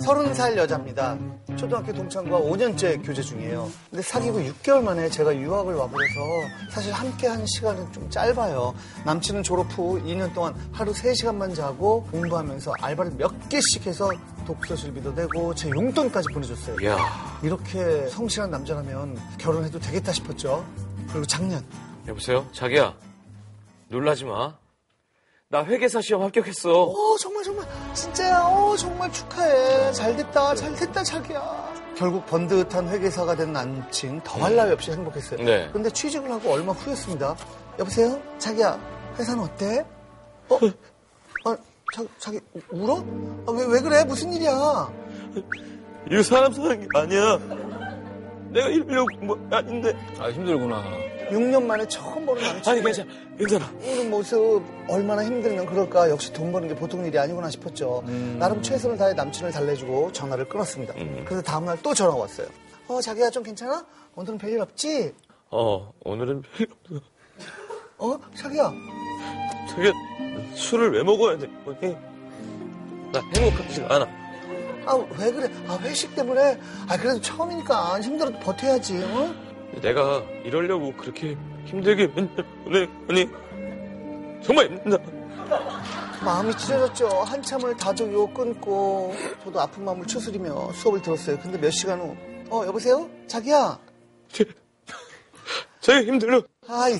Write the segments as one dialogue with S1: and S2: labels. S1: 서른 살 여자입니다. 초등학교 동창과 5년째 교제 중이에요. 근데 사귀고 6개월 만에 제가 유학을 와버려서 사실 함께 한 시간은 좀 짧아요. 남친은 졸업 후 2년 동안 하루 3시간만 자고 공부하면서 알바를 몇 개씩 해서 독서실비도 내고 제 용돈까지 보내줬어요.
S2: 이야,
S1: 이렇게 성실한 남자라면 결혼해도 되겠다 싶었죠. 그리고 작년
S2: 여보세요? 자기야, 놀라지 마. 나 회계사 시험 합격했어.
S1: 어 정말 정말 진짜야 어 정말 축하해 잘됐다 잘됐다 자기야 결국 번듯한 회계사가 된 남친 더할 나위 없이 행복했어요
S2: 네.
S1: 근데 취직을 하고 얼마 후였습니다 여보세요 자기야 회사는 어때 어? 아, 자, 자기 울어? 아, 왜, 왜 그래 무슨 일이야
S3: 이거 사람 사는 게 아니야. 내가 이러려고 뭐 아닌데.
S2: 아, 힘들구나.
S1: 6년 만에 처음 보는 남친
S3: 아니 괜찮아, 괜찮아.
S1: 우는 모습 얼마나 힘들면 그럴까 역시 돈 버는 게 보통 일이 아니구나 싶었죠
S2: 음.
S1: 나름 최선을 다해 남친을 달래주고 전화를 끊었습니다 그래서 다음날 또 전화가 왔어요 어 자기야 좀 괜찮아? 오늘은 별일 없지?
S3: 어, 오늘은 필요 없어.
S1: 어 자기야
S3: 저게 술을 왜 먹어야 돼? 뭐니? 나 행복하지가 않아.
S1: 아 왜 그래? 아 회식 때문에 아 그래도 처음이니까 힘들어도 버텨야지 어?
S3: 내가 이러려고 그렇게 힘들게 맨날 보내니 정말 힘든다.
S1: 마음이 찢어졌죠. 한참을 다독이고 끊고 저도 아픈 마음을 추스리며 수업을 들었어요. 근데 몇 시간 후, 어 여보세요? 자기야.
S3: 제가 힘들어.
S1: 아이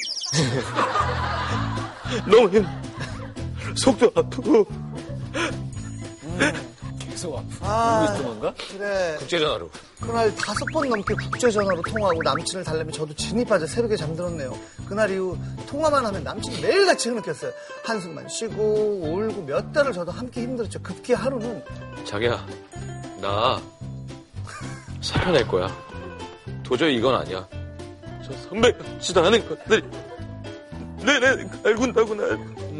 S3: 너무 힘. 속도 아프고
S2: 계속 아프.
S1: 아.
S2: 울고 있던 건가?
S1: 그래.
S2: 국제전화로.
S1: 그날 다섯 번 넘게 국제전화로 통화하고 남친을 달래면 저도 진이 빠져 새벽에 잠들었네요. 그날 이후 통화만 하면 남친이 매일같이 흐느꼈어요. 한숨만 쉬고 울고 몇 달을 저도 함께 힘들었죠. 급기 하루는
S2: 자기야, 나 살펴낼 거야. 도저히 이건 아니야.
S3: 저 선배 같지도 않은
S2: 네.
S3: 것들이 내내 갈군다고 날.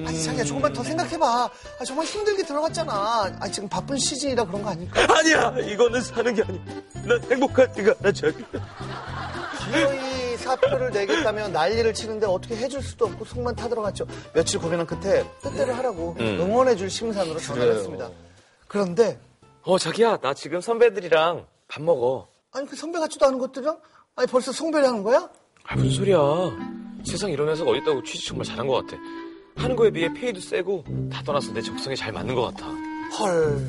S1: 아 자기야 조금만 더 생각해봐. 아, 정말 힘들게 들어갔잖아. 아, 지금 바쁜 시즌이라 그런 거 아닐까?
S3: 아니야, 이거는 사는 게 아니야. 난 행복하지가 않아, 자기.
S1: 기어이 사표를 내겠다며 난리를 치는데 어떻게 해줄 수도 없고 속만 타들어갔죠. 며칠 고민한 끝에 뜻대로 하라고 응원해줄 심산으로 전화를
S2: 음. 그래요.
S1: 했습니다. 그런데
S2: 어, 자기야, 나 지금 선배들이랑 밥 먹어.
S1: 아니 그 선배 같지도 않은 것들이랑 아니 벌써 송별회 하는 거야?
S2: 아, 무슨 소리야. 세상 이런 회사가 어딨다고 취직 정말 잘한 것 같아. 하는 거에 비해 페이도 세고 다 떠나서 내 적성에 잘 맞는 것 같아.
S1: 헐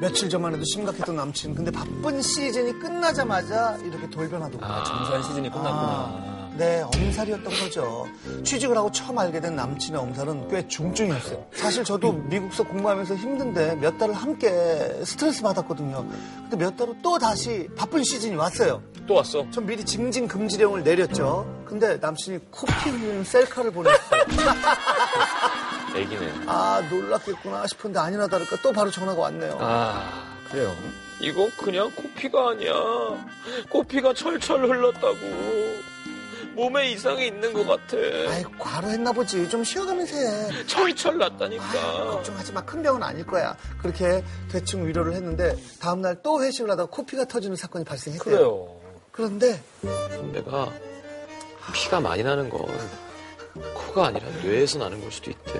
S1: 며칠 전만 해도 심각했던 남친 근데 바쁜 시즌이 끝나자마자 이렇게 돌변하더군요
S2: 아, 정산 시즌이
S1: 아, 네, 엄살이었던 거죠. 취직을 하고 처음 알게 된 남친의 엄살은 꽤 중증이었어요. 사실 저도 미국서 공부하면서 힘든데 몇 달을 함께 스트레스 받았거든요. 근데 몇 달 후 또 다시 바쁜 시즌이 왔어요.
S2: 또 왔어.
S1: 전 미리 징징 금지령을 내렸죠. 근데 남친이 코피 흘리는 셀카를 보냈어요.
S2: 애기네.
S1: 아, 놀랐겠구나 싶은데 아니나 다를까 또 바로 전화가 왔네요.
S2: 아, 그래요.
S3: 이건 그냥 코피가 아니야. 코피가 철철 흘렀다고. 몸에 이상이 있는 것 같아.
S1: 아이, 과로했나 보지. 좀 쉬어가면서 해.
S3: 철철
S1: 아유,
S3: 났다니까.
S1: 걱정하지 마. 큰 병은 아닐 거야. 그렇게 대충 위로를 했는데 다음날 또 회식을 하다가 코피가 터지는 사건이 발생했대요.
S2: 그래요.
S1: 런데
S2: 선배가 피가 많이 나는 건 코가 아니라 뇌에서 나는 걸 수도 있대.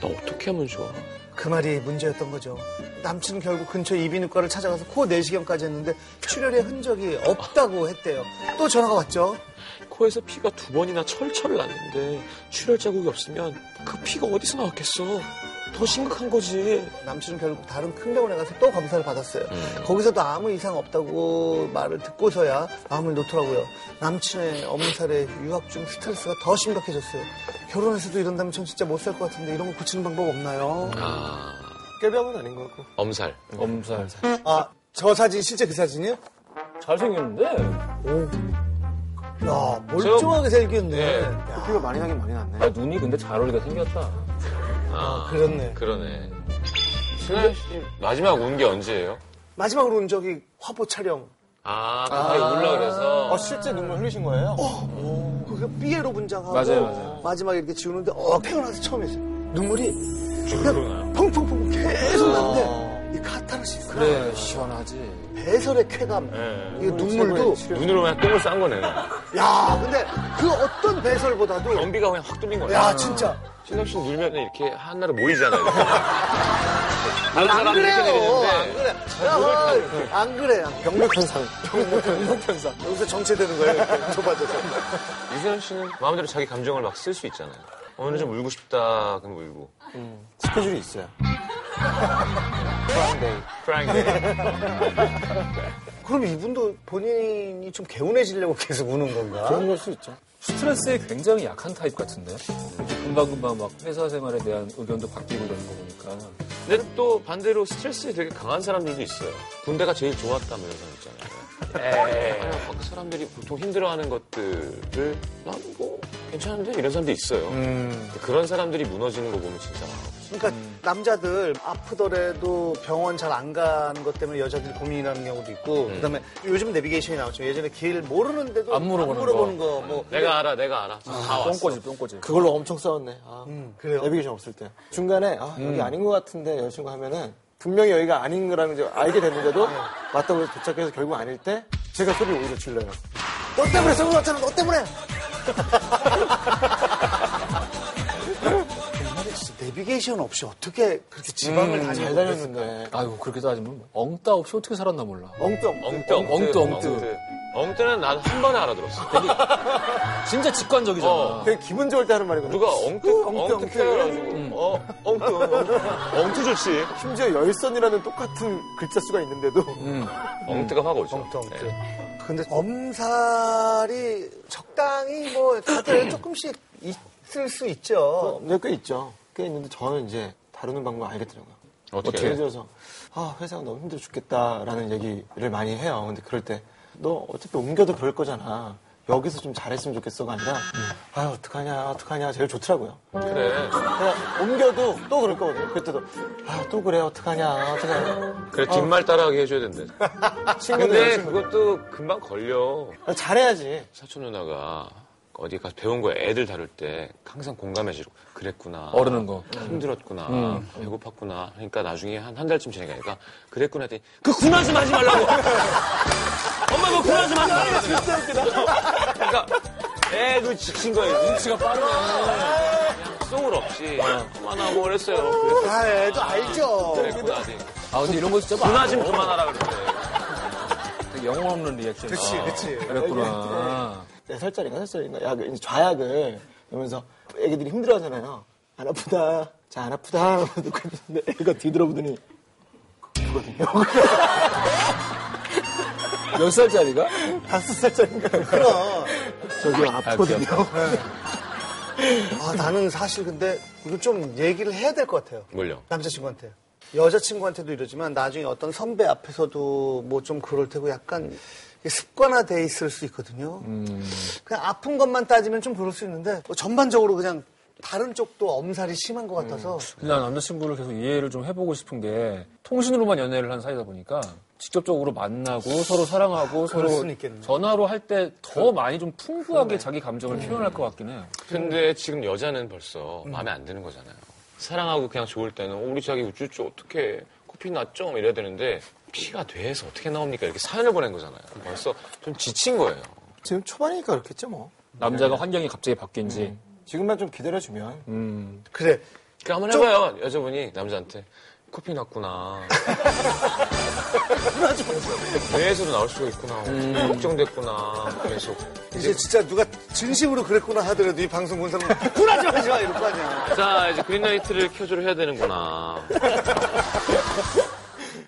S2: 나 어떻게 하면 좋아?
S1: 그 말이 문제였던 거죠. 남친은 결국 근처 이비인후과를 찾아가서 코 내시경까지 했는데 출혈의 흔적이 없다고 했대요. 또 전화가 왔죠.
S2: 코에서 피가 두 번이나 철철 났는데 출혈 자국이 없으면 그 피가 어디서 나왔겠어? 더 심각한 거지.
S1: 남친은 결국 다른 큰 병원에 가서 또 검사를 받았어요. 거기서도 아무 이상 없다고 말을 듣고서야 마음을 놓더라고요. 남친의 엄살에 유학 중 스트레스가 더 심각해졌어요. 결혼해서도 이런다면 전 진짜 못 살 것 같은데 이런 거 고치는 방법 없나요?
S2: 아, 음.
S3: 깨병은 아닌 것 같고.
S2: 엄살.
S4: 엄살.
S1: 아, 저 사진 실제 그 사진이요?
S4: 잘생겼는데?
S1: 야, 멀쩡하게 생겼네.
S2: 네.
S1: 야,
S5: 피가 많이 나긴 많이 났네.
S4: 아, 눈이 근데 잘 어울리게 생겼다.
S2: 아,
S1: 그렇네.
S2: 그러네. 승현 씨 마지막 운 게 언제예요?
S1: 마지막으로 온 적이 화보 촬영.
S2: 아, 가까이 올라 그래서.
S5: 아, 실제 눈물 흘리신 거예요?
S1: 어, 그게 삐에로 분장하고
S4: 맞아요, 맞아요.
S1: 마지막에 이렇게 지우는데 어 태어나서 처음이었어요. 눈물이 그냥 펑펑펑 계속
S5: 어.
S1: 나는데 이 카타르시스. 아,
S4: 그래, 시원하지.
S1: 배설의 쾌감.
S5: 네.
S1: 이 눈물도
S2: 눈으로 그냥 똥을 싼 거네.
S1: 야 근데 그 어떤 배설보다도
S2: 연비가 그냥 확 뚫린 거네.
S1: 야 진짜
S2: 신동씨 울면 이렇게 하나로 모이잖아요. 이렇게.
S3: 다른 사람 이렇게
S1: 안
S3: 내리는데
S1: 그래. 야, 안 그래.
S5: 병력현상.
S1: 여기서 정체되는 거예요. 이렇게 좁아져서.
S3: 유재현 씨는 마음대로 자기 감정을 막 쓸 수 있잖아요. 오늘은 좀 울고 싶다, 그럼 울고.
S2: 음,
S5: 스케줄이 있어요.
S3: 프랑크.
S1: 그럼 이분도 본인이 좀 개운해지려고 계속 우는 건가?
S5: 그런 걸 수 있죠.
S4: 스트레스에 굉장히 약한 타입 같은데 이렇게 금방금방 막 회사 생활에 대한 의견도 바뀌고 이러는 거 보니까
S2: 근데 또 반대로 스트레스에 되게 강한 사람들도 있어요. 군대가 제일 좋았다며 이런 사람 있잖아요. 아니, 막 사람들이 보통 힘들어하는 것들을 난 뭐 괜찮은데 이런 사람도 있어요. 근데 그런 사람들이 무너지는 거 보면 진짜 아,
S1: 그러니까 남자들 아프더라도 병원 잘 안 가는 것 때문에 여자들이 고민이라는 경우도 있고 그다음에 요즘 내비게이션이 나왔죠. 예전에 길 모르는데도
S4: 안 물어보는
S1: 거. 뭐
S2: 내가 알아, 내가 알아. 다 왔어.
S4: 똥꼬집 똥꼬집
S5: 그걸로 엄청 싸웠네. 아,
S1: 그래요?
S5: 내비게이션 없을 때. 중간에, 아, 여기 아닌 것 같은데, 여자친구 하면은, 분명히 여기가 아닌 거라는 걸 알게 됐는데도, 맞다고 해서 도착해서 결국 아닐 때, 제가 소리 오히려 질러요.
S1: 너 때문에 서울 왔잖아. 너 때문에. 옛날에 진짜 내비게이션 없이 어떻게 그렇게 지방을
S5: 아,
S1: 다니고
S5: 잘 다녔는데.
S4: 아이고 그렇게 따지면 엉따 없이 어떻게 살았나 몰라
S5: 엉뚱.
S2: 엉뚱,
S4: 엉뚱, 엉뚱.
S2: 엉뚱은 난 한 번에 알아들었어. 되게
S4: 진짜 직관적이잖아
S2: 어.
S5: 되게 기분 좋을 때 하는 말이거든요.
S2: 누가 엉뚱,
S5: 어, 엉뚱, 음.
S2: 엉뚱 해가지고 어, 엉뚱, 엉뚱, 엉뚱 좋지.
S5: 심지어 열선이라는 똑같은 글자 수가 있는데도,
S2: 엉뚱가 확 오죠.
S1: 엉뚱, 엉뚱.
S2: 네.
S1: 근데 엄살이 적당히 뭐 다들 조금씩 있을 수 있죠.
S5: 내가 어, 네, 꽤 있죠. 꽤 있는데 저는 이제 다루는 방법을 알겠더라고요. 뭐
S2: 어떻게?
S5: 예를 들어서 아 회사가 너무 힘들어 죽겠다라는 얘기를 많이 해요. 근데 그럴 때 너 어차피 옮겨도 그럴 거잖아. 여기서 좀 잘했으면 좋겠어가 아니라 아유 어떡하냐 어떡하냐 제일 좋더라고요.
S2: 그래.
S5: 그냥 옮겨도 또 그럴 거거든요. 그때도 아 또 그래 어떡하냐 어떡하냐
S2: 그래, 뒷말 따라하게 해줘야 된대. 아, 근데
S5: 친구들
S2: 그것도 금방 걸려.
S5: 아, 잘해야지.
S2: 사촌 누나가 어디 가서 배운 거야. 애들 다룰 때 항상 공감해주고 그랬구나.
S4: 어르는 거.
S2: 힘들었구나. 배고팠구나. 그러니까 나중에 한 한 달쯤 지나니까 그랬구나 했더니 그 군화 좀 하지 말라고. 엄마 그거 군화 좀 하지 말라고. 진짜 웃기다. 그러니까 애도 지친 거예요. 눈치가 빠르네. 송울 없이 엄마 나 뭐 그랬어요. 그랬-
S1: 다 애도 알죠.
S2: 그랬구나.
S4: 아 근데 이런 거 진짜 많아
S2: 군화 좀 그만하라 그랬대.
S4: 되게 영혼 없는 리액션 아,
S1: 그치, 그치.
S4: 어. 그랬구나
S5: 네 살짜리인가 살짜리인가 약 이제 좌약을 이러면서 애기들이 힘들어하잖아요. 안 아프다. 자 안 아프다. 이러면서 듣고 있는데 애가 뒤돌아보더니
S4: 몇 살짜리가?
S5: 다섯 살짜리인가
S1: 그럼.
S5: 저기 아프거든요.
S1: 아, 나는 사실 근데 이거 좀 얘기를 해야 될 것 같아요.
S2: 뭘요?
S1: 남자친구한테. 여자친구한테도 이러지만 나중에 어떤 선배 앞에서도 뭐 좀 그럴 테고 약간 이게 습관화돼 있을 수 있거든요. 그냥 아픈 것만 따지면 좀 그럴 수 있는데 뭐 전반적으로 그냥 다른 쪽도 엄살이 심한 것 같아서
S4: 근데 난 남자친구를 계속 이해를 좀 해보고 싶은 게 통신으로만 연애를 한 사이다 보니까 직접적으로 만나고 서로 사랑하고 서로
S1: 수는 있겠네.
S4: 전화로 할 때 더 많이 좀 풍부하게 자기 감정을
S1: 네.
S4: 표현할 것 같긴 해요.
S2: 근데 지금 여자는 벌써 마음에 안 드는 거잖아요. 사랑하고 그냥 좋을 때는 어, 우리 자기 우쭈쭈 어떻게 코피 났죠? 이래야 되는데 피가 돼서 어떻게 나옵니까? 이렇게 사연을 보낸 거잖아요. 벌써 좀 지친 거예요.
S5: 지금 초반이니까 그렇겠죠 뭐.
S4: 남자가 환경이 갑자기 바뀐지
S1: 음.
S5: 지금만 좀 기다려주면
S1: 그래
S2: 그러니까 한번 해봐요. 여자분이 남자한테 코피 났구나. 뇌에서도 나올 수가 있구나.
S1: 음.
S2: 걱정됐구나. 계속.
S1: 이제 진짜 누가 진심으로 그랬구나 하더라도 이 방송 본 사람은 쿨하지 마지 마 이럴 거 아니야.
S2: 자, 이제 그린라이트를 켜주려 해야 되는구나.